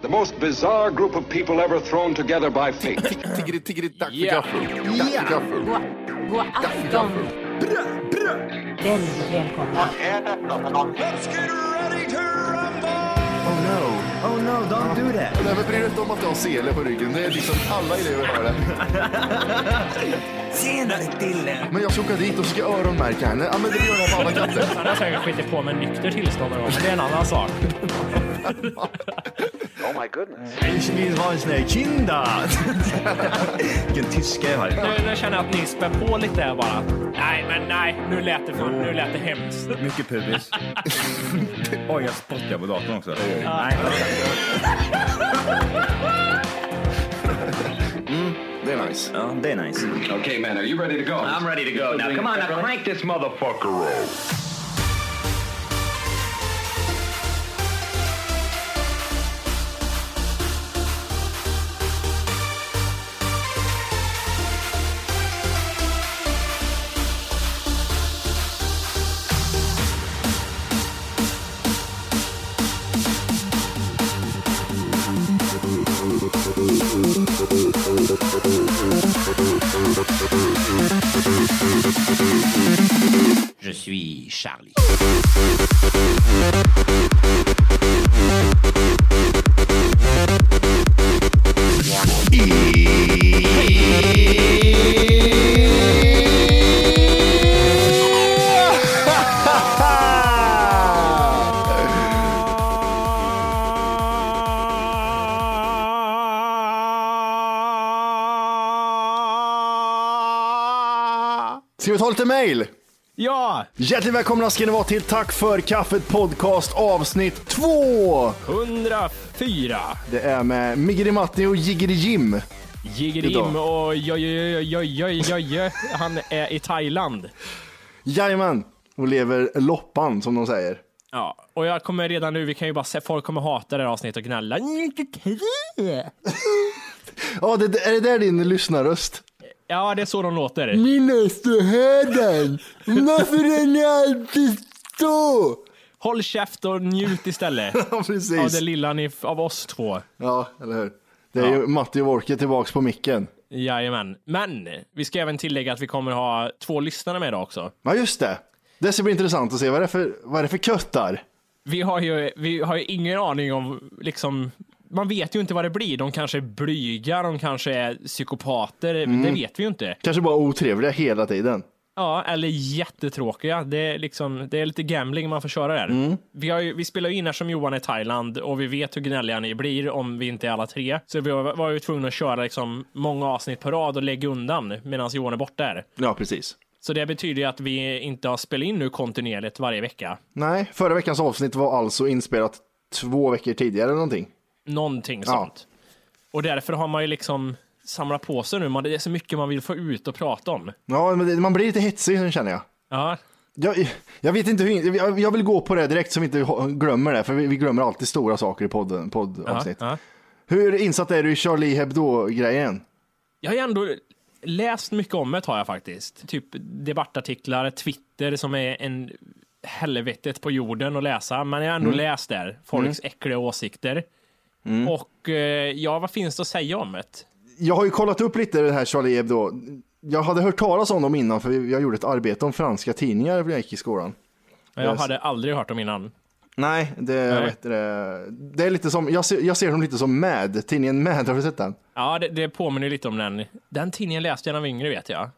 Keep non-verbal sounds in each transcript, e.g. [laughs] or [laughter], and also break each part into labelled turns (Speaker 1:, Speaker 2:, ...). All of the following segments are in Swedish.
Speaker 1: The most bizarre group of people ever thrown together by fate.
Speaker 2: [laughs]
Speaker 3: Tiggeri, tiggeri, dack för
Speaker 4: Ja.
Speaker 3: gaffel. Dack för gaffel.
Speaker 5: God afton! Väldigt välkomna.
Speaker 3: Oh no.
Speaker 6: Oh no, don't do that.
Speaker 3: Nej, men bryr du dig inte om att du har sele på ryggen? Det är liksom alla elever har det.
Speaker 6: Tjenare Dille!
Speaker 3: Men jag ska åka dit och ska öronmärka henne. Ja, men det gör jag på alla katter.
Speaker 4: Han har säkert skitit på med nykter tillstånd någon gång, men det är en annan sak.
Speaker 2: Oh,
Speaker 6: Ich vill ha en sån här kinda. Vilken tyska jag har.
Speaker 4: Nu, nu känner jag att ni spär på lite här bara. Nej, men nej, nu lät det, fan, nu lät det hemskt.
Speaker 7: Mycket pubis. Oj, jag spottar på datorn också. Nej.
Speaker 3: Det är nice.
Speaker 7: Ja, det är nice.
Speaker 1: okay, man, are you ready to go?
Speaker 2: I'm ready to go now. Come on, now crank this motherfucker up.
Speaker 8: Je suis Charlie.
Speaker 3: Ska vi ta lite mail?
Speaker 7: Ja!
Speaker 3: Hjärtligt välkomna ska ni vara till Tack för kaffet podcast avsnitt två.
Speaker 4: 104.
Speaker 3: Det är med Miggeri Matti och Jiggeri Jim.
Speaker 4: Jiggerim och jojojojojojojoj. Han är i Thailand.
Speaker 3: Jajamän. Och lever loppan som de säger.
Speaker 4: Ja, och jag kommer redan nu, vi kan ju bara se, folk kommer hata det här avsnittet och gnälla. 93!
Speaker 3: Ja, det, är det där din lyssnarröst?
Speaker 4: Ja, det är så de låter.
Speaker 3: Min Österhöden. Varför är ni alltid så?
Speaker 4: Håll käft och njut istället
Speaker 3: Ja,
Speaker 4: av
Speaker 3: precis.
Speaker 4: det lilla ni, av oss två.
Speaker 3: Ja, eller hur? Det är ju Matti och Wolke tillbaks på micken.
Speaker 4: Jajamän. Men vi ska även tillägga att vi kommer ha två lyssnare med idag också.
Speaker 3: Ja, just det. Det ska bli intressant att se vad det är för, vad är det för köttar.
Speaker 4: Vi har ju, vi har ju ingen aning om, liksom, man vet ju inte vad det blir. De kanske är blyga, de kanske är psykopater. Det vet vi ju inte.
Speaker 3: Kanske bara otrevliga hela tiden.
Speaker 4: Ja, eller jättetråkiga. Det är, liksom, det är lite gambling man får köra där. Vi, har ju, vi spelar ju in här som Johan i Thailand och vi vet hur gnälliga ni blir om vi inte är alla tre. Så vi var var ju tvungna att köra liksom många avsnitt på rad och lägga undan medan Johan är borta där.
Speaker 3: Ja, precis.
Speaker 4: Så det betyder ju att vi inte har spelat in nu kontinuerligt varje vecka.
Speaker 3: Nej, förra veckans avsnitt var alltså inspelat två veckor tidigare eller någonting.
Speaker 4: Någonting
Speaker 3: Ja.
Speaker 4: sånt. Och därför har man ju liksom samlat på sig nu. Man, det är så mycket man vill få ut och prata om.
Speaker 3: Ja, men det, man blir lite hetsig sen känner jag.
Speaker 4: Ja,
Speaker 3: Jag, jag vet inte hur, jag, jag vill gå på det direkt så vi inte ho- glömmer det, för vi, vi glömmer alltid stora saker i podden,
Speaker 4: ja,
Speaker 3: poddavsnitt.
Speaker 4: ja.
Speaker 3: Hur insatt är du i Charlie Hebdo-grejen?
Speaker 4: Jag har ju ändå läst mycket om det har jag faktiskt. Typ debattartiklar, Twitter som är en helvetet på jorden att läsa. Men jag har
Speaker 3: Mm.
Speaker 4: ändå läst där, folks äckliga åsikter. Och eh, ja, vad finns det att säga om det?
Speaker 3: Jag har ju kollat upp lite det här Charlie Hebdo. Jag hade hört talas om dem innan, för jag gjorde ett arbete om franska tidningar när jag gick i skolan.
Speaker 4: Jag
Speaker 3: Yes.
Speaker 4: hade aldrig hört om innan.
Speaker 3: Nej, det,
Speaker 4: Nej.
Speaker 3: Vet du, det- det är lite som, jag ser, jag ser dem lite som Mad, tidningen Mad, har du sett den?
Speaker 4: Ja, det, det påminner lite om den. Den tidningen läste jag när jag var yngre vet jag.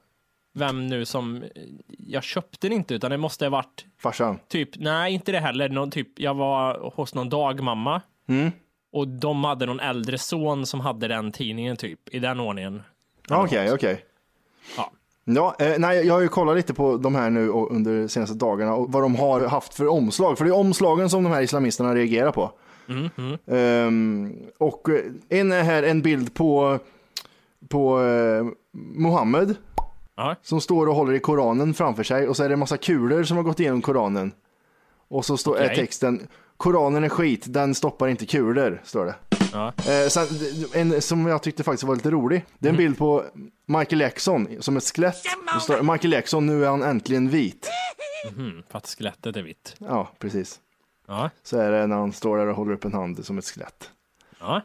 Speaker 4: Vem nu som, jag köpte den inte utan det måste ha varit
Speaker 3: Farsan.
Speaker 4: typ, nej inte det heller, någon typ, jag var hos någon dagmamma. Och de hade någon äldre son som hade den tidningen typ, i den ordningen.
Speaker 3: Ja, Okej, okej.
Speaker 4: Ja.
Speaker 3: Ja, eh, nej, jag har ju kollat lite på de här nu och under de senaste dagarna och vad de har haft för omslag. För det är omslagen som de här islamisterna reagerar på. Ehm, och eh, en är här en bild på, på eh, Mohammed
Speaker 4: Ja.
Speaker 3: som står och håller i Koranen framför sig och så är det en massa kulor som har gått igenom Koranen. Och så står är
Speaker 4: Okej.
Speaker 3: texten Koranen är skit, den stoppar inte kulor, står det.
Speaker 4: Ja.
Speaker 3: Eh, sen, en som jag tyckte faktiskt var lite rolig, det
Speaker 4: Mm.
Speaker 3: är en bild på Michael Jackson som ett skelett. Det står Michael Jackson, nu är han äntligen vit.
Speaker 4: För att skelettet är vitt.
Speaker 3: Ja, precis.
Speaker 4: Ja.
Speaker 3: Så är det när han står där och håller upp en hand som ett skelett.
Speaker 4: Ja.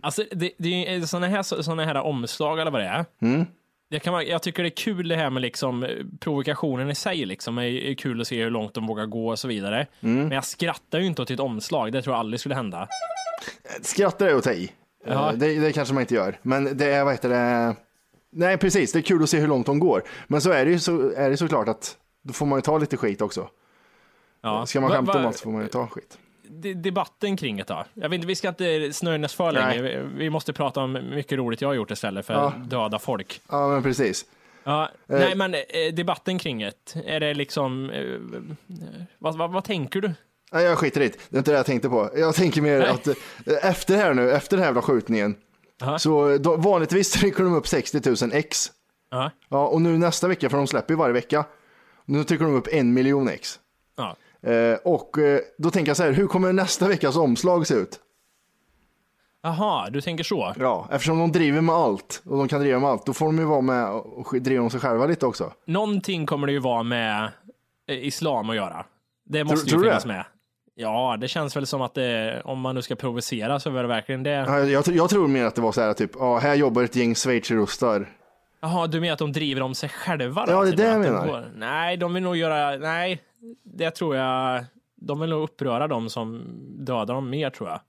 Speaker 4: Alltså, det, det är sådana här, såna här omslag eller vad det är.
Speaker 3: Mm.
Speaker 4: Det kan man, jag tycker det är kul det här med liksom eh, provokationen i sig. Liksom. Det är kul att se hur långt de vågar gå och så vidare.
Speaker 3: Mm.
Speaker 4: Men jag skrattar ju inte åt ett omslag. Det tror jag aldrig skulle hända.
Speaker 3: Skrattar är att ta i.
Speaker 4: Ja.
Speaker 3: Eh, Det, det kanske man inte gör. Men det är, vad heter det? Nej, precis. Det är kul att se hur långt de går. Men så är det ju så, är det såklart att då får man ju ta lite skit också.
Speaker 4: Ja.
Speaker 3: Ska man
Speaker 4: Va-
Speaker 3: skämta om
Speaker 4: va-
Speaker 3: allt så får man ju ta skit.
Speaker 4: de- debatten kring det då? Jag vet inte, vi ska inte snörnas för
Speaker 3: Nej.
Speaker 4: länge. Vi- Vi måste prata om mycket roligt jag har gjort istället för
Speaker 3: Ja.
Speaker 4: döda folk.
Speaker 3: Ja, men precis.
Speaker 4: Ja, Nej, men eh, debatten kring det. Är det liksom... eh, eh, Vad, vad, vad tänker du?
Speaker 3: Nej, jag skiter i det. Det är inte det jag tänkte på. Jag tänker mer
Speaker 4: Nej.
Speaker 3: att eh, efter här nu, efter den här jävla skjutningen,
Speaker 4: Aha.
Speaker 3: så eh, då, vanligtvis trycker de upp 60 000 ex.
Speaker 4: Ja.
Speaker 3: Ja, och nu nästa vecka, för de släpper ju varje vecka, nu trycker de upp en miljon ex.
Speaker 4: Ja.
Speaker 3: Eh, och eh, då tänker jag så här, hur kommer nästa veckas omslag se ut?
Speaker 4: Aha, du tänker så?
Speaker 3: Ja, eftersom de driver med allt och de kan driva med allt, då får de ju vara med och sk- driva om sig själva lite också.
Speaker 4: Någonting kommer det ju vara med eh, islam att göra. Det måste
Speaker 3: tror du
Speaker 4: ju finnas
Speaker 3: det?
Speaker 4: med. Ja, det känns väl som att det, om man nu ska provocera så är det verkligen det.
Speaker 3: Ja, Jag, jag tror mer att det var så här, typ, ja, här jobbar ett gäng schweizerostar.
Speaker 4: Jaha, du menar att de driver om sig själva? Då,
Speaker 3: Ja, det är
Speaker 4: typ,
Speaker 3: det jag
Speaker 4: att de
Speaker 3: menar.
Speaker 4: går- Nej, de vill nog göra... Nej, det tror jag... De vill nog uppröra dem som dödar dem mer, tror jag.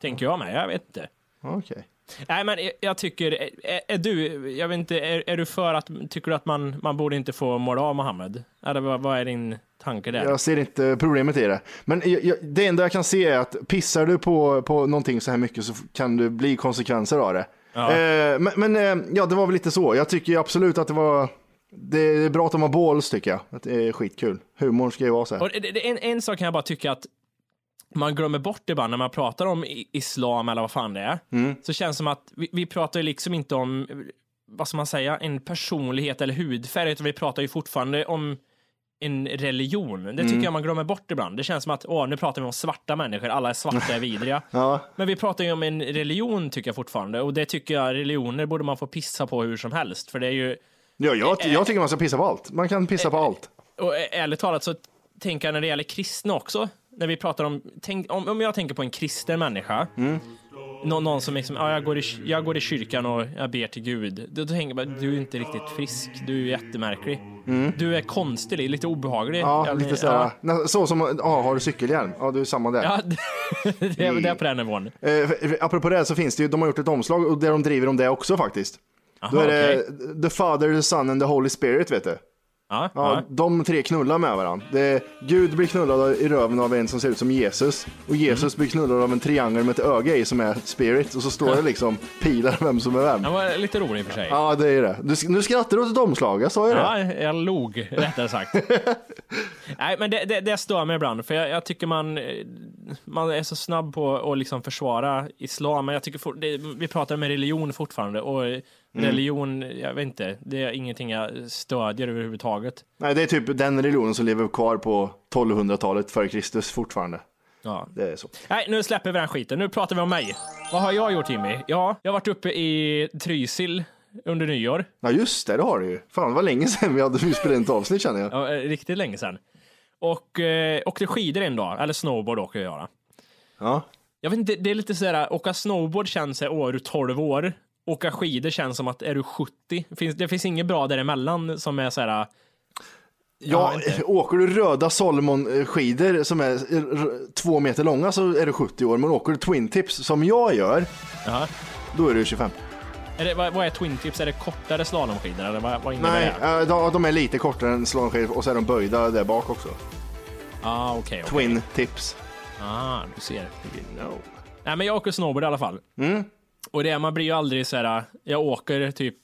Speaker 4: Tänker jag med. Jag vet inte.
Speaker 3: Okej.
Speaker 4: Nej, men jag- jag tycker... Är, är du... Jag vet inte, är, är du för att... Tycker du att man, man borde inte få måla av Mohammed? Eller vad, vad är din tanke där?
Speaker 3: Jag ser inte problemet i det. Men jag, jag, det enda jag kan se är att pissar du på, på någonting så här mycket så kan det bli konsekvenser av det. Eh, men men eh, ja, det var väl lite så. Jag tycker ju absolut att det var... Det är bra att de har balls tycker jag. Att Det är skitkul. Humor ska ju vara så här.
Speaker 4: Och det- det- en, en sak kan jag bara tycka att man glömmer bort ibland när man pratar om i- islam eller vad fan det är. Så känns det som att vi, vi pratar ju liksom inte om, eh, vad ska man säga, en personlighet eller hudfärg, utan vi pratar ju fortfarande om en religion. Det tycker jag man glömmer bort ibland. Det känns som att, åh, nu pratar vi om svarta människor, alla är svarta är vidriga.
Speaker 3: Ja.
Speaker 4: Men vi pratar ju om en religion tycker jag fortfarande, och det tycker jag, religioner borde man få pissa på hur som helst, för det är ju
Speaker 3: Ja, jag, jag tycker man ska pissa på allt. Man kan pissa på allt.
Speaker 4: och ä- ärligt talat så tänker jag när det gäller kristna också, när vi pratar om, tänk, om, om jag tänker på en kristen människa,
Speaker 3: Mm.
Speaker 4: nå- någon som liksom, ja, jag, går i, ky- jag går i kyrkan och jag ber till Gud, då, då tänker jag bara, du är inte riktigt frisk, du är jättemärklig. Du är konstig, lite obehaglig.
Speaker 3: Mm. Ja,
Speaker 4: Jag-
Speaker 3: lite så här. nä- Så som, ja, har du cykelhjälm? Ja, du är samma där.
Speaker 4: [laughs] Ja, det är, det är på den nivån.
Speaker 3: Eh, för- för- apropå det så finns det ju, de har gjort ett omslag och där de driver om det också faktiskt. Då
Speaker 4: Aha,
Speaker 3: är det The Father, The Son and The Holy Spirit vet du.
Speaker 4: Ja,
Speaker 3: Ja,
Speaker 4: ja.
Speaker 3: De tre knullar med varandra. Det, Gud blir knullad i röven av en som ser ut som Jesus. Och Jesus blir knullad av en triangel med ett öga i som är spirit. Och så står det liksom pilar vem som är vem.
Speaker 4: Han var lite rolig i och för sig.
Speaker 3: Ja, det är det. Du, nu skrattar du åt ett omslag, jag sa ju det.
Speaker 4: Ja, jag log, rättare sagt. Nej, men det, det, det stör mig ibland, för jag, jag tycker man, eh, man är så snabb på att liksom försvara islam, men jag tycker for, det, vi pratar med religion fortfarande, och religion, jag vet inte, det är ingenting jag stödjer överhuvudtaget.
Speaker 3: Nej, det är typ den religionen som lever kvar på 1200-talet före Kristus fortfarande.
Speaker 4: Ja.
Speaker 3: Det är så.
Speaker 4: Nej, nu släpper vi den skiten, nu pratar vi om mig. Vad har jag gjort Jimmy? Ja, jag har varit uppe i Trysil under nyår.
Speaker 3: Ja, just det, det har du ju. Fan, det var länge sedan vi hade vi spelade in ett avsnitt känner jag.
Speaker 4: Ja, eh, riktigt länge sedan. Och eh, åkte skidor en dag, eller snowboard åker jag göra.
Speaker 3: Ja.
Speaker 4: Jag vet inte, det är lite sådär, åka snowboard känns såhär, åh, är du 12 år? Åka skidor känns som att, är du 70? Finns, det finns inget bra däremellan som är "Ah, såhär,
Speaker 3: Ja, åker du röda Solomon-skidor som är r- två meter långa så är du 70 år, men åker du twin tips som jag gör,
Speaker 4: jaha.
Speaker 3: då är du 25.
Speaker 4: Är det, vad, vad är twin tips? Är det kortare slalomskidor eller vad, vad innebär
Speaker 3: Nej,
Speaker 4: det?
Speaker 3: eh, de- de är lite kortare än slalomskidor och så är de böjda där bak också.
Speaker 4: Ah, okej. okej.
Speaker 3: Twin tips.
Speaker 4: Ah, du ser.
Speaker 3: No.
Speaker 4: Nej, men jag åker snowboard i alla fall.
Speaker 3: Mm.
Speaker 4: Och det, man blir ju aldrig såhär, jag åker typ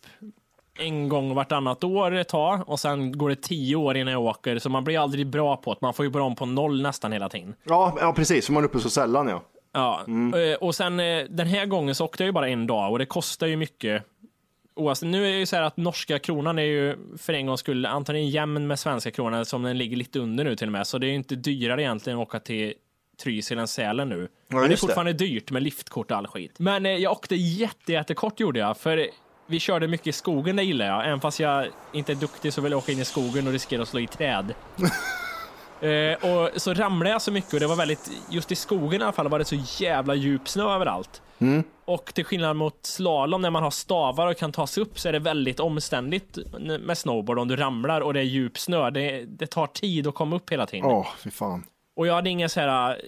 Speaker 4: en gång vartannat år ett tag och sen går det tio år innan jag åker, så man blir aldrig bra på det. Man får ju börja om på noll nästan hela tiden.
Speaker 3: Ja, ja, precis, för man är uppe så sällan ja.
Speaker 4: Ja, eh, och sen eh, den här gången så åkte jag ju bara en dag och det kostar ju mycket. Oavsett, nu är det ju så här att norska kronan är ju för en gångs skull antagligen jämn med svenska kronan som den ligger lite under nu till och med, så det är ju inte dyrare egentligen att åka till Trysil än Sälen nu. men det är
Speaker 3: just det.
Speaker 4: fortfarande dyrt med liftkort och all skit. Men eh, jag åkte jätte, jättekort gjorde jag, för vi körde mycket i skogen, det gillar jag. Även fast jag inte är duktig så vill jag åka in i skogen och riskera att slå i träd. Eh, och så ramlade jag så mycket och det var väldigt, just i skogen i alla fall, var det så jävla djup snö överallt. Och till skillnad mot slalom när man har stavar och kan ta sig upp så är det väldigt omständigt n- med snowboard om du ramlar och det är djup snö. Det, det tar tid att komma upp hela tiden.
Speaker 3: Åh, fy fan.
Speaker 4: Och jag hade inga så här äh,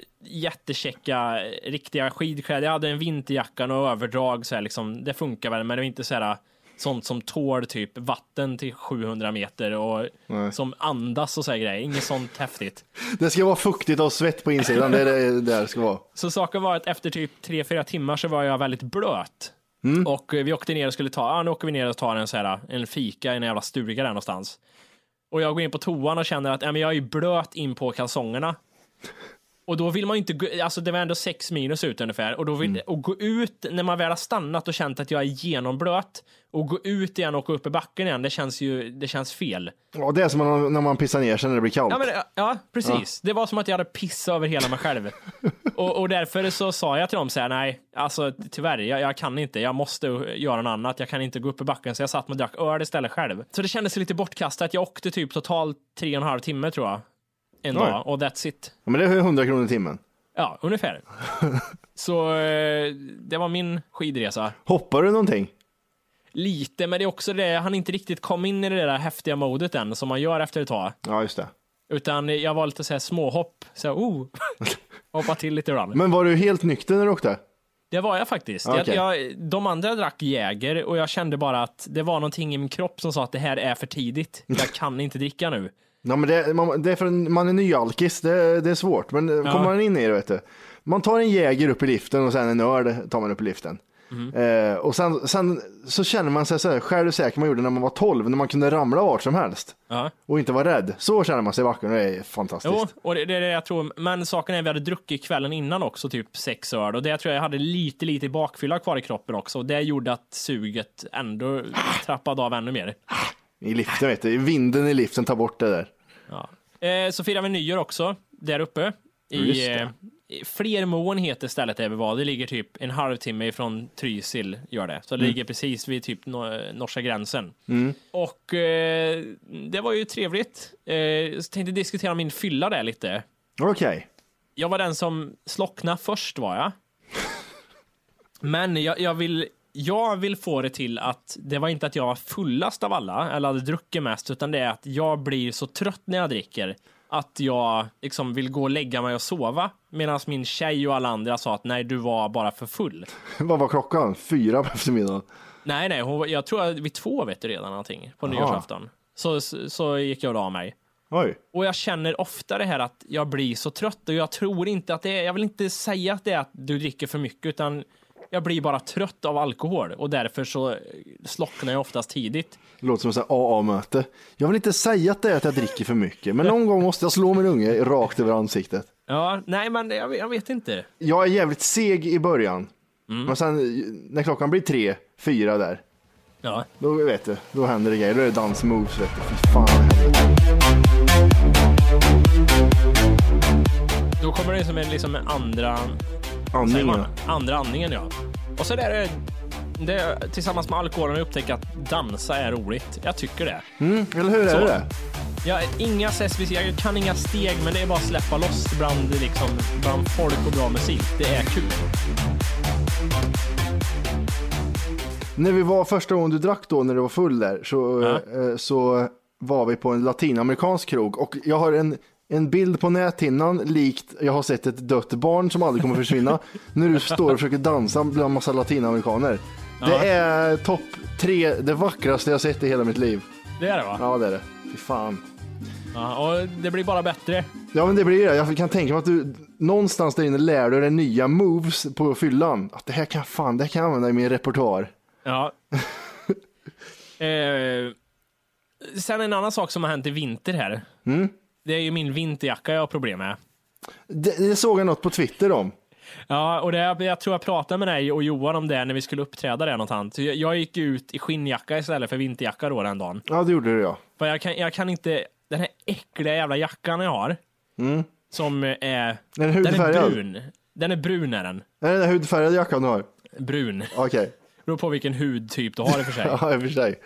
Speaker 4: jättekäcka riktiga skidkläder. Jag hade en vinterjacka och överdrag så här liksom. Det funkar väl, men det var inte så här äh, sånt som tål typ vatten till 700 meter och som andas och så här grejer. Inget sånt häftigt.
Speaker 3: Det ska vara fuktigt och svett på insidan. Det är det där det ska vara.
Speaker 4: Så saken var att efter typ 3-4 timmar så var jag väldigt blöt. Och eh, vi åkte ner och skulle ta, ja nu åker vi ner och tar en så här, en fika i en jävla stuga där någonstans. Och jag går in på toan och känner att, ja men jag är ju blöt in på kalsongerna. Och då vill man ju inte, gå, alltså det var ändå 6 minus ut ungefär. Och då vill, och gå ut, när man väl har stannat och känt att jag är genomblöt, och gå ut igen och gå upp i backen igen, det känns ju, det känns fel.
Speaker 3: Ja, det är som när man pissar ner sig när det blir kallt.
Speaker 4: Ja, men, ja precis. Det var som att jag hade pissat över hela mig själv. och, och därför så sa jag till dem så här, nej, alltså tyvärr, jag, jag kan inte, jag måste göra något annat, jag kan inte gå upp i backen, så jag satt och drack öl istället själv. Så det kändes lite bortkastat, jag åkte typ totalt tre och en halv timme tror jag, en
Speaker 3: Oj.
Speaker 4: dag, och that's it.
Speaker 3: Ja, men det är 100 kronor i timmen.
Speaker 4: Ja, ungefär. så eh, det var min skidresa.
Speaker 3: Hoppar du någonting?
Speaker 4: Lite, men det är också det, jag hann inte riktigt komma in i det där häftiga modet än, som man gör efter ett tag.
Speaker 3: Ja, just det.
Speaker 4: Utan jag var lite så här småhopp, så här, oh, [laughs] hoppa till lite ibland.
Speaker 3: Men var du helt nykter när du åkte?
Speaker 4: Det var jag faktiskt.
Speaker 3: Okej.
Speaker 4: Jag, jag, de andra drack Jäger och jag kände bara att det var någonting i min kropp som sa att det här är för tidigt. Jag kan inte dricka nu.
Speaker 3: Ja, men det, man, det är för en, man är nyalkis, det, det är svårt. Men eh, kommer man in i det, vet du. Man tar en Jäger upp i liften och sen en öl tar man upp i liften. Eh, och sen, sen så känner man sig så här självsäker man gjorde när man var 12, när man kunde ramla vart som helst.
Speaker 4: Ja.
Speaker 3: Och inte vara rädd. Så känner man sig i backen och det är fantastiskt.
Speaker 4: Jo, och det, det är det jag tror. Men saken är vi hade druckit kvällen innan också, typ sex öl. Och det tror jag jag hade lite, lite bakfylla kvar i kroppen också. Och det gjorde att suget ändå trappade av ännu mer.
Speaker 3: I liften, vet du. Vinden i liften tar bort det där.
Speaker 4: Eh, så firar vi nyår också, där uppe.
Speaker 3: Just
Speaker 4: I,
Speaker 3: det.
Speaker 4: eh, i Flermoen heter stället där vi var. Det ligger typ en halvtimme ifrån Trysil, gör det. Så det
Speaker 3: Mm.
Speaker 4: ligger precis vid typ no- norska gränsen. Och eh, det var ju trevligt. Eh, jag tänkte diskutera min fylla där lite.
Speaker 3: Okej. [laughs]
Speaker 4: Jag var den som slocknade först var jag. Men jag, jag, vill, jag vill få det till att det var inte att jag var fullast av alla eller hade druckit mest, utan det är att jag blir så trött när jag dricker att jag liksom vill gå och lägga mig och sova. Medan min tjej och alla andra sa att nej, du var bara för full.
Speaker 3: Vad var klockan? Fyra på eftermiddagen.
Speaker 4: Nej, nej, hon, var- jag tror att vid två vet du redan någonting på nyårsafton. Så, så, så gick jag och la mig.
Speaker 3: Oj.
Speaker 4: Och jag känner ofta det här att jag blir så trött och jag tror inte att det är, jag vill inte säga att det är att du dricker för mycket utan jag blir bara trött av alkohol och därför så slocknar jag oftast tidigt.
Speaker 3: Låter som ett AA-möte. Jag vill inte säga att det är att jag dricker för mycket, men någon gång måste jag slå min unge rakt över ansiktet.
Speaker 4: Ja, nej men jag, jag vet inte.
Speaker 3: Jag är jävligt seg i början, men sen när klockan blir tre, fyra där,
Speaker 4: Ja.
Speaker 3: då vet du, då händer det grejer. Då är det dance moves, vet du. Fy fan.
Speaker 4: Då kommer det som en liksom en andra, säger man,
Speaker 3: Andningen.
Speaker 4: andra andningen ja. Och så där är det, tillsammans med alkoholen jag upptäcker att dansa är roligt. Jag tycker det.
Speaker 3: Mm, eller hur är
Speaker 4: Så.
Speaker 3: det?
Speaker 4: Jag, inga SSVC, jag kan inga steg, men det är bara att släppa loss bland, liksom, bland folk och bra musik. Det är kul.
Speaker 3: När vi var första gången du drack då, när du var full där, så,
Speaker 4: Ja.
Speaker 3: eh, så var vi på en latinamerikansk krog och jag har en, en bild på näthinnan likt jag har sett ett dött barn som aldrig kommer försvinna. när du står och försöker dansa bland massa latinamerikaner.
Speaker 4: Ja.
Speaker 3: Det är topp tre, det vackraste jag sett i hela mitt liv.
Speaker 4: Det är det va?
Speaker 3: Ja, det är det. Fy fan.
Speaker 4: Ja, och det blir bara bättre.
Speaker 3: Ja, men det blir det. Jag kan tänka mig att du någonstans där inne lär dig dig nya moves på fyllan. Att det här kan fan, det här kan jag använda i min repertoar. [laughs]
Speaker 4: Ja. eh, sen en annan sak som har hänt i vinter här.
Speaker 3: Mm.
Speaker 4: Det är ju min vinterjacka jag har problem med.
Speaker 3: Det, det såg jag något på Twitter om.
Speaker 4: Ja, och det, jag tror jag pratade med dig och Johan om det när vi skulle uppträda där någonstans. Så Jag, jag gick ut i skinnjacka istället för vinterjacka då den dagen.
Speaker 3: Ja, det gjorde du ja.
Speaker 4: För jag kan, jag kan inte, den här äckliga jävla jackan jag har. Som är...
Speaker 3: Mm. Den är
Speaker 4: den är
Speaker 3: hudfärgad.
Speaker 4: brun. Den är brun är den.
Speaker 3: Är det den där hudfärgade jackan du har?
Speaker 4: Brun.
Speaker 3: Okej,
Speaker 4: Beror på vilken hudtyp du har i och för sig.
Speaker 3: ja i och för sig.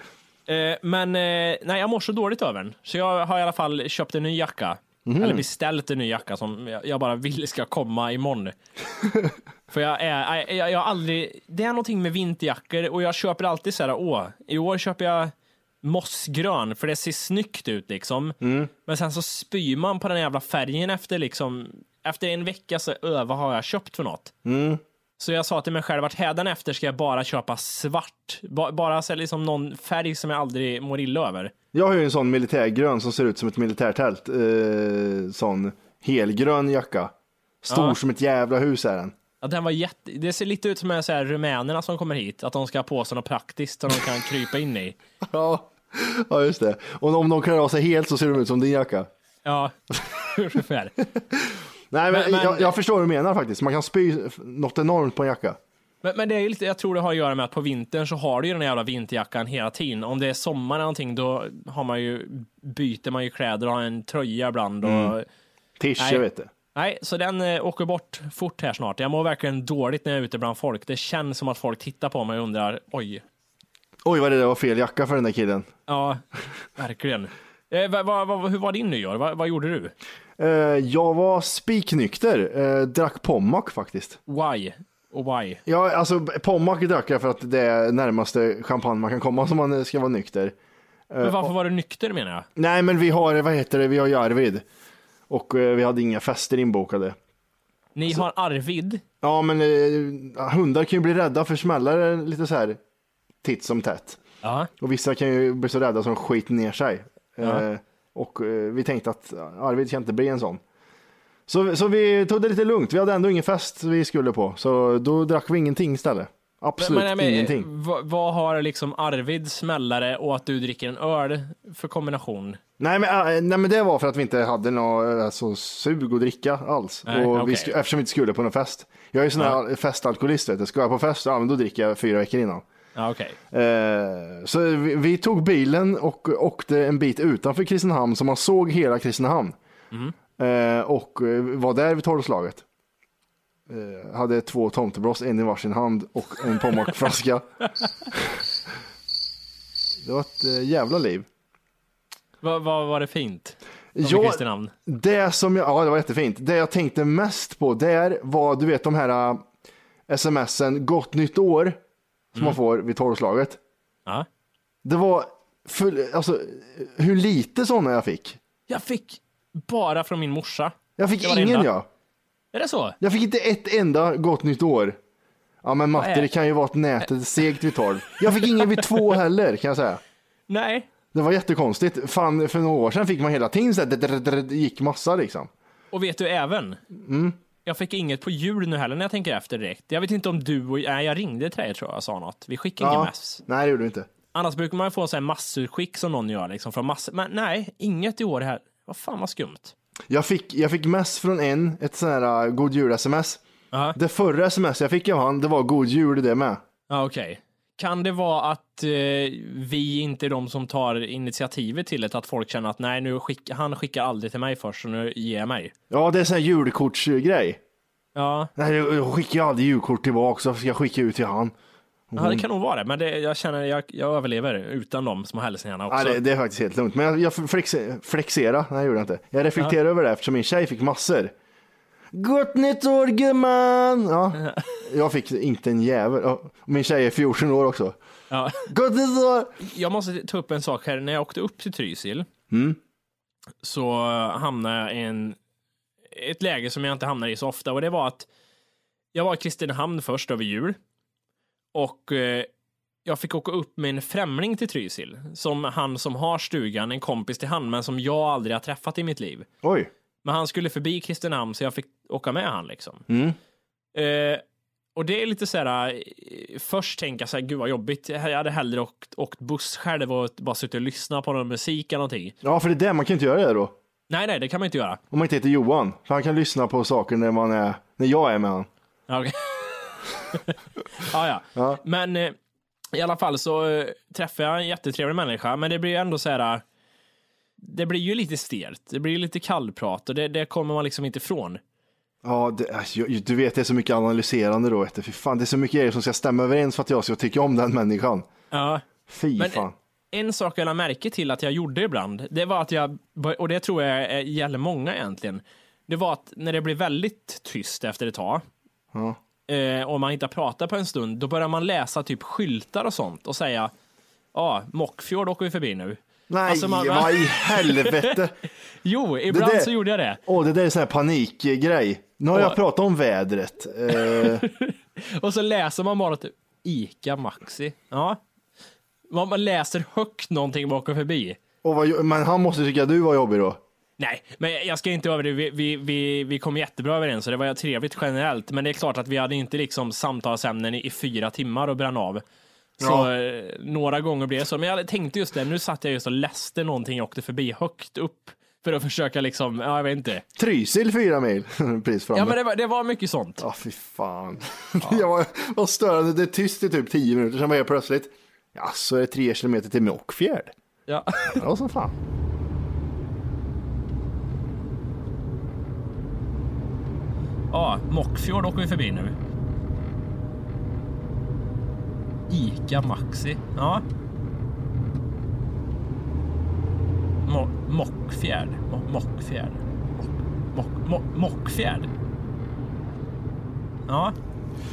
Speaker 4: Eh, men eh, nej, jag mår så dåligt över den. Så jag har i alla fall köpt en ny jacka. Eller beställt en ny jacka som jag- jag bara vill ska komma imorgon. För jag är, jag, jag, jag har aldrig, det är någonting med vinterjackor och jag köper alltid så här, åh, i år köper jag mossgrön för det ser snyggt ut liksom. Men sen så spyr man på den jävla färgen efter liksom, efter en vecka så, öh, vad har jag köpt för något? Så jag sa till mig själv att hädanefter ska jag bara köpa svart, ba, bara så här, liksom någon färg som jag aldrig mår illa över.
Speaker 3: Jag har ju en sån militärgrön som ser ut som ett militärtält. Eh, sån helgrön jacka. Stor
Speaker 4: Ja.
Speaker 3: som ett jävla hus är den.
Speaker 4: [laughs] Ja, den var jätte... Det ser lite ut som en så här rumänerna som kommer hit, att de ska ha på sig något praktiskt som de kan krypa in i.
Speaker 3: Ja. ja, just det. Och om de klär av sig helt så ser de ut som din jacka.
Speaker 4: Ja, [laughs] ungefär.
Speaker 3: Nej, men,
Speaker 4: Men- men-
Speaker 3: Jag, jag förstår vad du menar faktiskt. Man kan spy f- något enormt på en jacka.
Speaker 4: Men, men det är ju lite, jag tror det har att göra med att på vintern så har du ju den här jävla vinterjackan hela tiden. Om det är sommar eller någonting då har man ju, byter man ju kläder och har en tröja ibland. Och,
Speaker 3: Tische
Speaker 4: Nej.
Speaker 3: vet du.
Speaker 4: Nej, så den eh, åker bort fort här snart. Jag mår verkligen dåligt när jag är ute bland folk. Det känns som att folk tittar på mig och undrar, oj,
Speaker 3: Oj, vad det där var fel jacka för den där killen. [laughs]
Speaker 4: ja, verkligen. Eh, vad- vad- vad- hur var din nyår? Vad- vad gjorde du?
Speaker 3: Eh, jag var spiknykter. Eh, drack Pommac faktiskt.
Speaker 4: Why? Och why?
Speaker 3: Ja, alltså Pommac drack jag för att det är närmaste champagne man kan komma som man eh, ska vara nykter.
Speaker 4: Men varför var du nykter menar jag?
Speaker 3: Nej, men vi har, vad heter det, vi har ju Arvid. Och eh, vi hade inga fester inbokade.
Speaker 4: Ni
Speaker 3: Alltså-
Speaker 4: har Arvid.
Speaker 3: Ja, men eh, hundar kan ju bli rädda för smällare lite så här titt som tätt.
Speaker 4: Ja.
Speaker 3: Och vissa kan ju bli så rädda som de skiter ner sig. Eh, och eh, vi tänkte att Arvid ska inte bli en sån. Så, så vi tog det lite lugnt. Vi hade ändå ingen fest vi skulle på, så då drack vi ingenting istället. Absolut ingenting.
Speaker 4: Vad, eh, vad har liksom Arvid smällare och att du dricker en öl för kombination?
Speaker 3: Nej men, äh, nej men det var för att vi inte hade något alltså, sug att dricka alls.
Speaker 4: Nej,
Speaker 3: och vi
Speaker 4: okej.
Speaker 3: sku, eftersom vi inte skulle på någon fest. Jag är ju sån här festalkoholist vet du. Ska jag på fest, ja men då dricker jag fyra veckor innan.
Speaker 4: Ja, okej.
Speaker 3: Eh, så vi, vi tog bilen och åkte en bit utanför Kristinehamn så man såg hela Kristinehamn.
Speaker 4: Mm.
Speaker 3: Eh, och eh, var där vid tolvslaget. Eh, hade två tomtebloss, en i varsin hand och en
Speaker 4: [laughs]
Speaker 3: pommacflaska. det var ett eh, jävla liv.
Speaker 4: Vad vad var det fint?
Speaker 3: Jag-
Speaker 4: Jag... Kristinehamn.
Speaker 3: Det som jag, ja det var jättefint. Det jag tänkte mest på där var, du vet de här äh, smsen, gott nytt år, som
Speaker 4: Mm.
Speaker 3: man får vid tolvslaget.
Speaker 4: Ja.
Speaker 3: Det var, full, alltså hur lite sådana jag fick.
Speaker 4: Jag fick bara från min morsa.
Speaker 3: Jag fick
Speaker 4: Det var det
Speaker 3: ingen
Speaker 4: enda.
Speaker 3: jag.
Speaker 4: Är det så?
Speaker 3: Jag fick inte ett enda gott nytt år. Ja men Matte,
Speaker 4: Nej.
Speaker 3: det kan ju vara att nätet är segt vid tolv. Jag fick ingen vid två heller kan jag säga.
Speaker 4: Nej.
Speaker 3: Det var jättekonstigt. Fan, för några år sedan fick man hela tiden så här, det- det- det- det gick massa liksom.
Speaker 4: Och vet du även? Jag fick inget på jul nu heller när jag tänker efter direkt. Jag vet inte om du och... Nej, jag ringde till dig tror jag och sa något. Vi skickade ingen mess.
Speaker 3: Nej, det gjorde vi inte.
Speaker 4: Annars brukar man ju få så här massutskick som någon gör liksom från massor. Men nej, inget i år här. Vad fan vad skumt.
Speaker 3: Jag fick, jag fick mess från en, ett sån här uh, god jul-sms.
Speaker 4: Ja.
Speaker 3: Det förra sms jag fick av han, det var god jul det med.
Speaker 4: Ja, okej. Kan det vara att eh, vi inte är de som tar initiativet till det? Att folk känner att nej, nu skick, han skickar aldrig till mig först, så nu ger jag mig.
Speaker 3: Ja, det är sån här julkortsgrej.
Speaker 4: Ja,
Speaker 3: Nej, jag jag skickar ju aldrig julkort tillbaka, så ska jag skicka ut till han.
Speaker 4: ja det kan nog vara det, men det, jag känner jag, jag överlever utan de små hälsningarna också.
Speaker 3: Nej, det, det är faktiskt helt lugnt. Men jag, jag flexe- flexera, nej det gjorde jag inte. Jag reflekterar över det eftersom min tjej fick massor. Gott nytt år gumman! Ja. Jag fick inte en jävel. Ja, och Min tjej är 14 år också.
Speaker 4: [laughs] Ja.
Speaker 3: Gott nytt år!
Speaker 4: Jag måste ta upp en sak här. När jag åkte upp till Trysil så hamnade jag i en, ett läge som jag inte hamnar i så ofta och det var att jag var i Kristinehamn först över jul och eh, jag fick åka upp med en främling till Trysil som han som har stugan, en kompis till han, men som jag aldrig har träffat i mitt liv.
Speaker 3: Oj,
Speaker 4: Men han skulle förbi Kristinehamn så jag fick åka med han liksom. Eh, och det är lite så här, eh, först tänka så här, gud vad jobbigt, jag hade hellre åkt, åkt buss själv och bara suttit och lyssnat på någon musik eller någonting.
Speaker 3: ja för det är det, man kan inte göra det då.
Speaker 4: Nej, nej, det kan man inte göra.
Speaker 3: Om man inte heter Johan, för han kan lyssna på saker när, man är, när jag är med han.
Speaker 4: Ja, okej. [laughs] ja, ja.
Speaker 3: Ja.
Speaker 4: Men eh, i alla fall så eh, träffar jag en jättetrevlig människa, men det blir ju ändå så här. eh, Det blir ju lite stelt, det blir lite kallprat och det, det kommer man liksom inte ifrån.
Speaker 3: Ja, det, alltså, jag- du vet det är så mycket analyserande då. Vet du. Fy fan, det är så mycket grejer som ska stämma överens för att jag ska tycka om den människan.
Speaker 4: Ja,
Speaker 3: Fy
Speaker 4: men
Speaker 3: fan.
Speaker 4: En sak jag lade märke till att jag gjorde ibland, det var att jag, och det tror jag är- gäller många egentligen, det var att när det blir väldigt tyst efter ett tag,
Speaker 3: Ja.
Speaker 4: eh, och man inte pratar på en stund, då börjar man läsa typ skyltar och sånt och säga, ja, Mockfjord åker vi förbi nu.
Speaker 3: Nej,
Speaker 4: Alltså, man-
Speaker 3: vad i helvete.
Speaker 4: [laughs] Jo, ibland
Speaker 3: där-
Speaker 4: så gjorde jag det.
Speaker 3: Åh, det där är sån här panikgrej. Nu har
Speaker 4: Åh.
Speaker 3: jag pratat om vädret. Eh,
Speaker 4: Och så läser man bara typ Ica Maxi. Ja. Man man läser högt någonting bakom förbi.
Speaker 3: och vad, jo- men han måste tycka du var jobbig då.
Speaker 4: Nej, men jag- jag ska inte över det. Vi, vi, vi, vi kom jättebra överens och det var ju trevligt generellt. Men det är klart att vi hade inte liksom samtalsämnen i, i fyra timmar och brann av. Så
Speaker 3: Ja.
Speaker 4: eh, några gånger blev det så. Men jag tänkte just det, nu satt jag just och läste någonting jag åkte förbi högt upp. För att försöka liksom, ja jag vet inte.
Speaker 3: Trysil fyra mil, [laughs] precis framme.
Speaker 4: Ja men det var, det var mycket sånt.
Speaker 3: Ja, fy fan. Jag var, var störande. Det är tyst i typ 10 minuter, sen var jag plötsligt. Ja, så är det tre kilometer till Mockfjärd.
Speaker 4: Ja.
Speaker 3: Ja, som fan.
Speaker 4: Ja, Mockfjord åker vi förbi nu. Ica Maxi. Ja. Mo- Mockfjärd. Mo- Mockfjärd. Mock- Mock- Mo- Mockfjärd. Ja.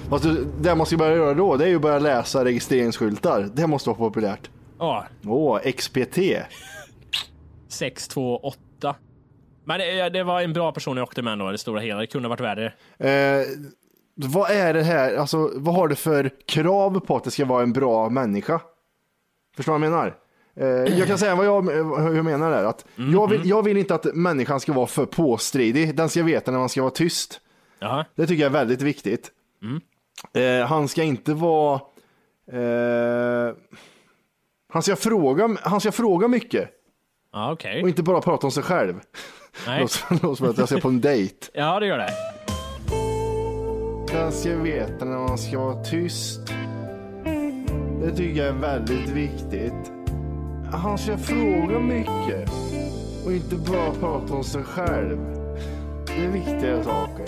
Speaker 3: Fast du, det man ska börja göra då, det är ju att börja läsa registreringsskyltar. Det måste vara populärt.
Speaker 4: Ja.
Speaker 3: Åh, XPT.
Speaker 4: 628. Men det, det var en bra person jag åkte med ändå i det stora hela. Det kunde ha varit värre.
Speaker 3: Eh, vad är det här? Alltså, vad har du för krav på att det ska vara en bra människa? Förstår du vad jag menar? Eh, jag kan säga vad jag, hur jag menar där. Att jag, vill, jag vill inte att människan ska vara för påstridig. Den ska veta när man ska vara tyst.
Speaker 4: Jaha.
Speaker 3: Det tycker jag är väldigt viktigt.
Speaker 4: Mm.
Speaker 3: Eh, han ska inte vara... Eh, han, ska fråga, han ska fråga mycket
Speaker 4: Ja, okej.
Speaker 3: och inte bara prata om sig själv.
Speaker 4: Nej.
Speaker 3: [laughs] Låter låter som att jag ska på en dejt.
Speaker 4: Ja, det gör det.
Speaker 3: Den ska veta när man ska vara tyst. Det tycker jag är väldigt viktigt. Han ska fråga mycket och inte bara prata om sig själv. Det är viktiga saker.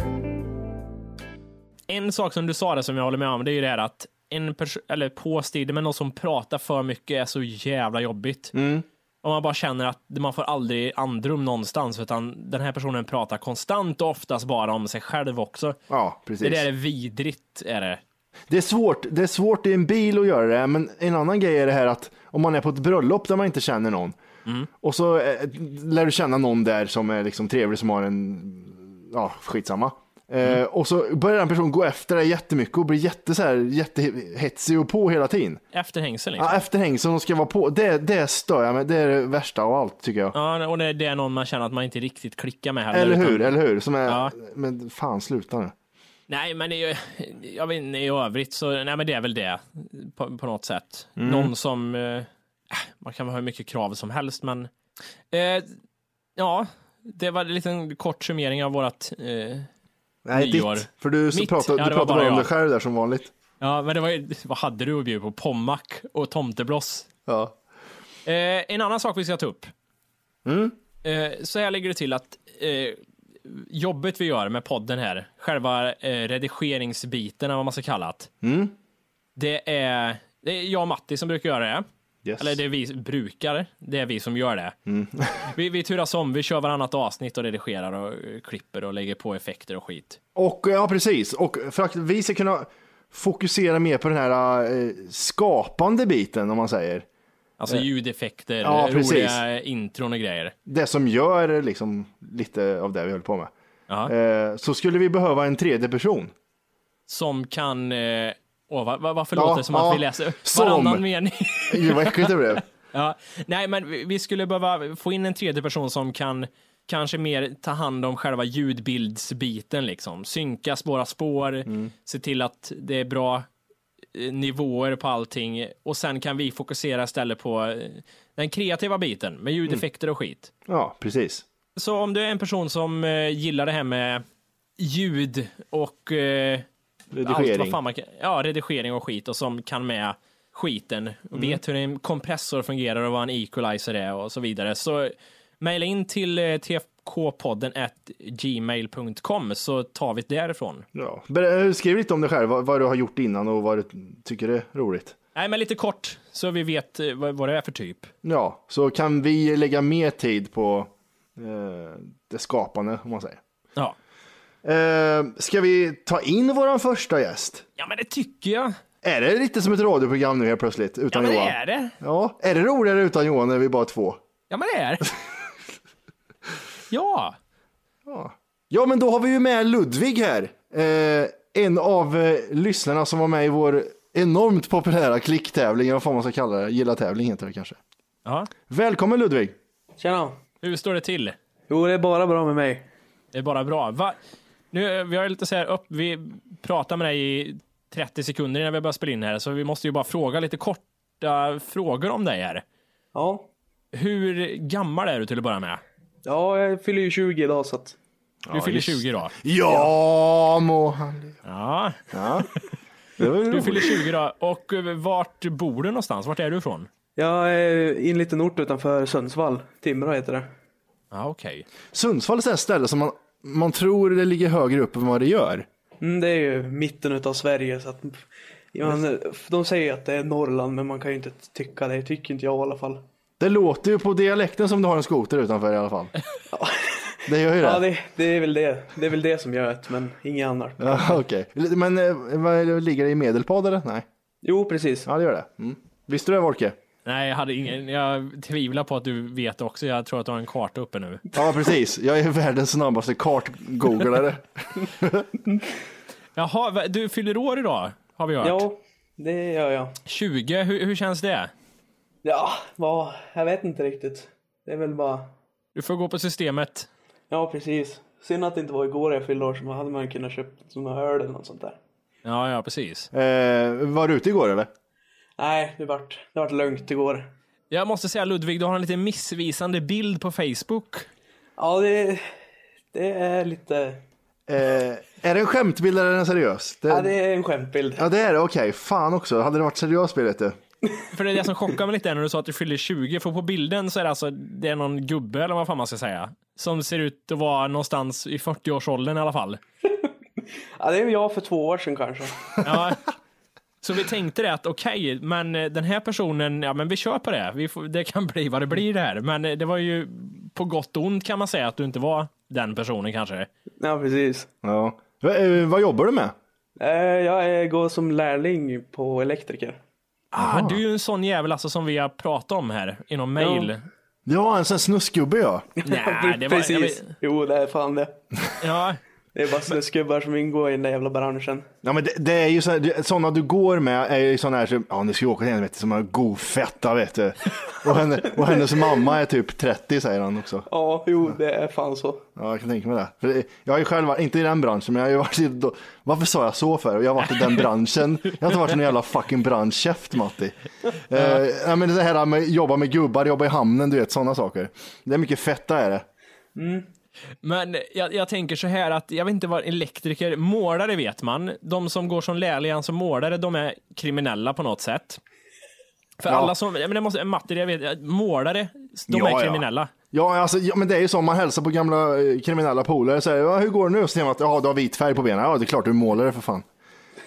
Speaker 4: En sak som du sa där som jag håller med om, det är ju det här att en person, eller påstridig, men någon som pratar för mycket är så jävla jobbigt.
Speaker 3: Mm.
Speaker 4: Och man bara känner att man får aldrig andrum någonstans, utan den här personen pratar konstant och oftast bara om sig själv också.
Speaker 3: Ja, precis.
Speaker 4: Det där är vidrigt, är det.
Speaker 3: Det är, svårt, det är svårt i en bil att göra det, men en annan grej är det här att om man är på ett bröllop där man inte känner någon
Speaker 4: Mm.
Speaker 3: och så eh, lär du känna någon där som är liksom trevlig som har en, ja skitsamma.
Speaker 4: Mm.
Speaker 3: Eh, och så börjar den personen gå efter dig jättemycket och blir jätte, så här, jättehetsig och på hela tiden.
Speaker 4: Efterhängseln liksom.
Speaker 3: Ja, efterhängseln och ska vara på, det, det stör jag mig, det är det värsta av allt tycker jag.
Speaker 4: Ja, och det, det är någon man känner att man inte riktigt klickar med heller.
Speaker 3: eller
Speaker 4: utan-
Speaker 3: hur, eller hur? Som är,
Speaker 4: Ja.
Speaker 3: men fan sluta nu.
Speaker 4: Nej, men det är ju, jag vet inte, i övrigt så, nej men det är väl det på, på något sätt. Någon som, eh, äh, man kan väl ha hur mycket krav som helst, men eh, ja, det var en liten kort summering av vårat, eh,
Speaker 3: Nej,
Speaker 4: Nyår.
Speaker 3: ditt. För du, så
Speaker 4: Mitt?
Speaker 3: pratar,
Speaker 4: Ja,
Speaker 3: du
Speaker 4: det
Speaker 3: pratar
Speaker 4: var bara
Speaker 3: bara om
Speaker 4: jag.
Speaker 3: dig själv där som vanligt.
Speaker 4: ja men det var ju, vad hade du att bjuda på? Pommack och tomtebloss.
Speaker 3: Ja.
Speaker 4: Eh, en annan sak vi ska ta upp.
Speaker 3: Mm.
Speaker 4: Eh, så här ligger det till att eh, jobbet vi gör med podden här, själva eh, redigeringsbiten eller vad man ska kalla det.
Speaker 3: Mm.
Speaker 4: Det, är, det är jag och Matti som brukar göra det.
Speaker 3: Yes. Mm.
Speaker 4: Eller det är vi som brukar, det är vi som gör det. [laughs] vi, vi turas om, vi kör varannat avsnitt och redigerar och eh, klipper och lägger på effekter och skit.
Speaker 3: Och ja, precis. Och för att vi ska kunna fokusera mer på den här eh, skapande biten om man säger.
Speaker 4: Alltså ljudeffekter,
Speaker 3: Eh. Ja,
Speaker 4: roliga intron och grejer.
Speaker 3: Det som gör liksom lite av det vi höll på med.
Speaker 4: Ja.
Speaker 3: Eh, så skulle vi behöva en tredje person.
Speaker 4: Som kan... Eh, åh, va, va, varför
Speaker 3: Ja,
Speaker 4: låter det som
Speaker 3: ja.
Speaker 4: att vi läser
Speaker 3: Som.
Speaker 4: varannan mening? [laughs]
Speaker 3: Gud vad äckligt det blev.
Speaker 4: Ja, nej, men vi vi skulle behöva få in en tredje person som kan kanske mer ta hand om själva ljudbildsbiten, liksom. Synka, spåra spår,
Speaker 3: Mm.
Speaker 4: se till att det är bra eh, nivåer på allting och sen kan vi fokusera istället på eh, den kreativa biten med ljudeffekter och skit.
Speaker 3: Ja, precis.
Speaker 4: Så om du är en person som eh, gillar det här med ljud och eh, allt vad
Speaker 3: Redigering.
Speaker 4: fan man kan, ja, redigering och skit och som kan med skiten och vet hur en kompressor fungerar och vad en equalizer är och så vidare. Så mejla in till eh, tfkpodden at gmail.com så tar vi det därifrån.
Speaker 3: Ja. Ber- eh, Skriv lite om dig själv, vad, vad du har gjort innan och vad du tycker är roligt.
Speaker 4: Nej, men lite kort så vi vet eh, vad, vad det är för typ.
Speaker 3: Ja, så kan vi lägga mer tid på eh, det skapande, om man säger.
Speaker 4: Ja.
Speaker 3: Eh, ska vi ta in vår första gäst?
Speaker 4: ja, men det tycker jag.
Speaker 3: Är det lite som ett radioprogram nu helt plötsligt,
Speaker 4: Ja,
Speaker 3: utan
Speaker 4: men det
Speaker 3: Johan?
Speaker 4: är det.
Speaker 3: Ja, är det roligare utan Johan när vi bara är två?
Speaker 4: Ja, men det är [laughs] det. Ja,
Speaker 3: Ja, men då har vi ju med Ludvig här. Eh, en av eh, lyssnarna som var med i vår enormt populära klicktävling, eller vad fan man ska kalla det, gilla tävling heter det kanske.
Speaker 4: Ja.
Speaker 3: Välkommen Ludvig!
Speaker 9: Tjena!
Speaker 4: hur står det till?
Speaker 9: Jo, det är bara bra med mig.
Speaker 4: Det är bara bra. Va? Nu, vi har ju lite så här upp, vi pratar med dig i 30 sekunder innan vi börjar spela in här, så vi måste ju bara fråga lite korta frågor om dig här.
Speaker 9: Ja.
Speaker 4: Hur gammal är du till att börja med?
Speaker 9: Ja, jag fyller ju 20 idag så att...
Speaker 4: Du fyller 20 idag.
Speaker 3: Ja, må han
Speaker 4: Ja,
Speaker 3: det var ju
Speaker 4: du
Speaker 3: roligt.
Speaker 4: fyller 20 idag. Och eh, vart bor du någonstans? Vart är du ifrån?
Speaker 9: Jag är i en liten ort utanför Sundsvall. Timrå heter det.
Speaker 4: Ja, okej.
Speaker 3: Sundsvall är ett sånt här ställe som man, man tror det ligger högre upp än vad det gör.
Speaker 9: Mm, det är ju mitten utav Sverige så att... Man, de säger att det är Norrland men man kan ju inte tycka det. Tycker inte jag i alla fall.
Speaker 3: Det låter ju på dialekten som du har en skoter utanför i alla [laughs] fall. Det gör ju det.
Speaker 9: Ja, det, det är väl det. Det är väl det som gör det, men inget annat.
Speaker 3: Ja, [laughs] Okej, men eh, vad- ligger det i Medelpad eller? Nej,
Speaker 9: Jo, precis.
Speaker 3: ja det gör det. Mm. Visste du det Volke?
Speaker 4: Nej, jag, hade ingen, jag tvivlar på att du vet också. Jag tror att du har en karta uppe nu.
Speaker 3: Ja precis, jag är världens snabbaste
Speaker 9: [laughs]
Speaker 3: kartgooglare.
Speaker 4: Jaha, va- du fyller år idag, har vi hört.
Speaker 9: Ja, det gör jag.
Speaker 4: 20, hur, hur känns det?
Speaker 9: Ja, vad... Jag vet inte riktigt. Det är väl bara...
Speaker 4: Du får gå på systemet.
Speaker 9: Ja, precis. Synd att det inte var igår jag fyllde år, så man hade man kunnat köpa som några öl eller något sånt där.
Speaker 4: Ja, ja, precis.
Speaker 3: eh, var du ute igår eller?
Speaker 9: Nej, det vart, det vart lugnt igår.
Speaker 4: Jag måste säga Ludvig, du har en lite missvisande bild på Facebook.
Speaker 9: Ja, det, det är lite...
Speaker 3: Eh, är det en skämtbild eller är den seriös? Det,
Speaker 9: Ja, det är en skämtbild.
Speaker 3: ja, det är det, okej. Fan också, hade det varit seriöst vet du.
Speaker 4: För det är det som chockar mig lite är när du sa att du fyller 20, för på bilden så är det alltså det är någon gubbe eller vad fan man ska säga. Som ser ut att vara någonstans i 40-årsåldern i alla fall.
Speaker 9: Ja, det är jag för två år sedan kanske.
Speaker 4: Ja. Så vi tänkte det att okej, men eh, den här personen, ja men vi kör på det. Vi får, det kan bli vad det blir det här. Men eh, det var ju på gott och ont kan man säga att du inte var den personen kanske.
Speaker 9: Ja, precis.
Speaker 3: Ja. Va, eh, vad jobbar du med?
Speaker 9: Eh, Jag är- går som lärling på elektriker.
Speaker 4: Ah, du är ju en sån jävel alltså som vi har pratat om här inom mail.
Speaker 3: Ja, en sån här snuskgubbe ja.
Speaker 4: Nej, det var, jag
Speaker 9: precis.
Speaker 4: vet-
Speaker 9: Jo, det är fan det.
Speaker 4: ja.
Speaker 9: Det är bara snuskgubbar som ingår i den där jävla branschen.
Speaker 3: Ja, men det, det är ju så här- det- sådana du går med är ju sådana här som, ja nu ska vi åka till en vet du, som har god fetta vet du. Och, henne, och hennes mamma är typ 30 säger han också.
Speaker 9: Ja, jo, det är fan så.
Speaker 3: Ja, jag kan tänka mig det. För det- jag har ju själv varit, inte i den branschen, men jag har ju varit i, då, varför sa jag så för? Jag har varit i
Speaker 4: [laughs]
Speaker 3: den branschen. Jag har inte varit i någon jävla fucking branschkäft Matti. Eh, nej, men det här med jobba med gubbar, jobba i hamnen, du vet sådana saker. Det är mycket fetta är det.
Speaker 4: Men jag, jag tänker så här att jag vet inte vad elektriker, målare vet man. De som går som lärlingar som målare, de är kriminella på något sätt. För alla som, ja, men det måste, Matti, jag vet, målare, de
Speaker 3: Ja, ja.
Speaker 4: är kriminella.
Speaker 3: Ja, alltså, ja, men det är ju så, om man hälsar på gamla eh, kriminella polare och säger, ja, hur går det nu? Och så säger man att ja, du har vit färg på benen. Ja, det är klart du målar det för fan.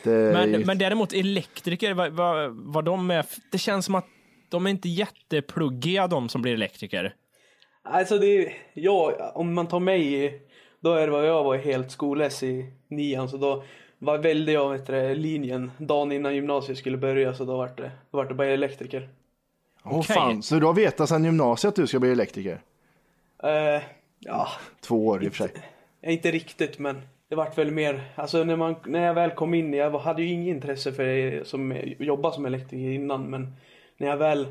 Speaker 3: Det är
Speaker 4: Men,
Speaker 3: ju-
Speaker 4: men däremot elektriker, vad, vad, vad de är, det känns som att de är inte jättepluggiga de som blir elektriker.
Speaker 9: Alltså det, ja, om man tar mig, i- då är det vad jag var helt skolless i nian så då var, välde jag vet du, linjen dagen innan gymnasiet skulle börja så då vart det, då vart det bara elektriker.
Speaker 3: Åh,
Speaker 4: okej.
Speaker 3: fan, så du har vetat sedan gymnasiet att du ska bli elektriker?
Speaker 9: Eh, ja,
Speaker 3: Två år i och för sig.
Speaker 9: inte riktigt men det vart väl mer, alltså när, man, när jag väl kom in, jag var- hade ju inget intresse för att som, jobba som elektriker innan men när jag väl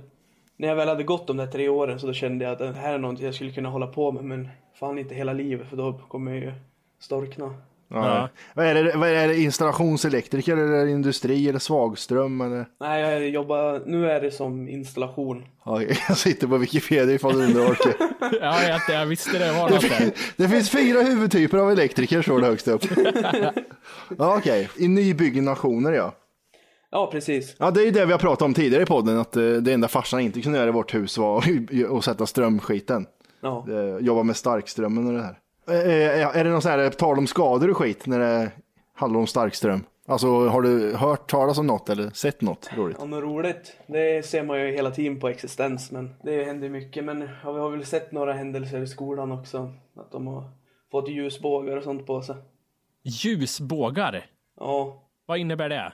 Speaker 9: när jag väl hade gått de där tre åren så då kände jag att det här är något jag skulle kunna hålla på med men fan inte hela livet för då kommer jag ju storkna.
Speaker 4: Ja.
Speaker 3: Vad är det, vad är det installationselektriker eller industri eller svagström eller?
Speaker 9: Nej, jag jobbar, nu är det som installation.
Speaker 3: Ja, [laughs] jag sitter på Wikipedia ifall du undrar Orke.
Speaker 4: Ja, jag, jag visste det var något där.
Speaker 3: Det finns fyra huvudtyper av elektriker står det högst upp. Ja, Okej, i nybyggnationer ja.
Speaker 9: Ja, precis.
Speaker 3: Ja, det är ju det vi har pratat om tidigare i podden, att eh, det enda farsan inte kunde göra i vårt hus var att- att sätta strömskiten.
Speaker 9: Ja.
Speaker 3: Eh, Jobba med eh, starkströmmen och det här. Eh, eh, Är det någon sån här, tal om skador och skit när det handlar om starkström?
Speaker 10: Alltså, har du hört talas om något eller sett något roligt?
Speaker 9: Ja men roligt, det ser man ju hela tiden på existens men det händer mycket. Men ja, vi har väl sett några händelser i skolan också. Att de har fått ljusbågar och sånt på sig.
Speaker 11: Ljusbågar?
Speaker 9: Ja.
Speaker 11: Vad innebär det?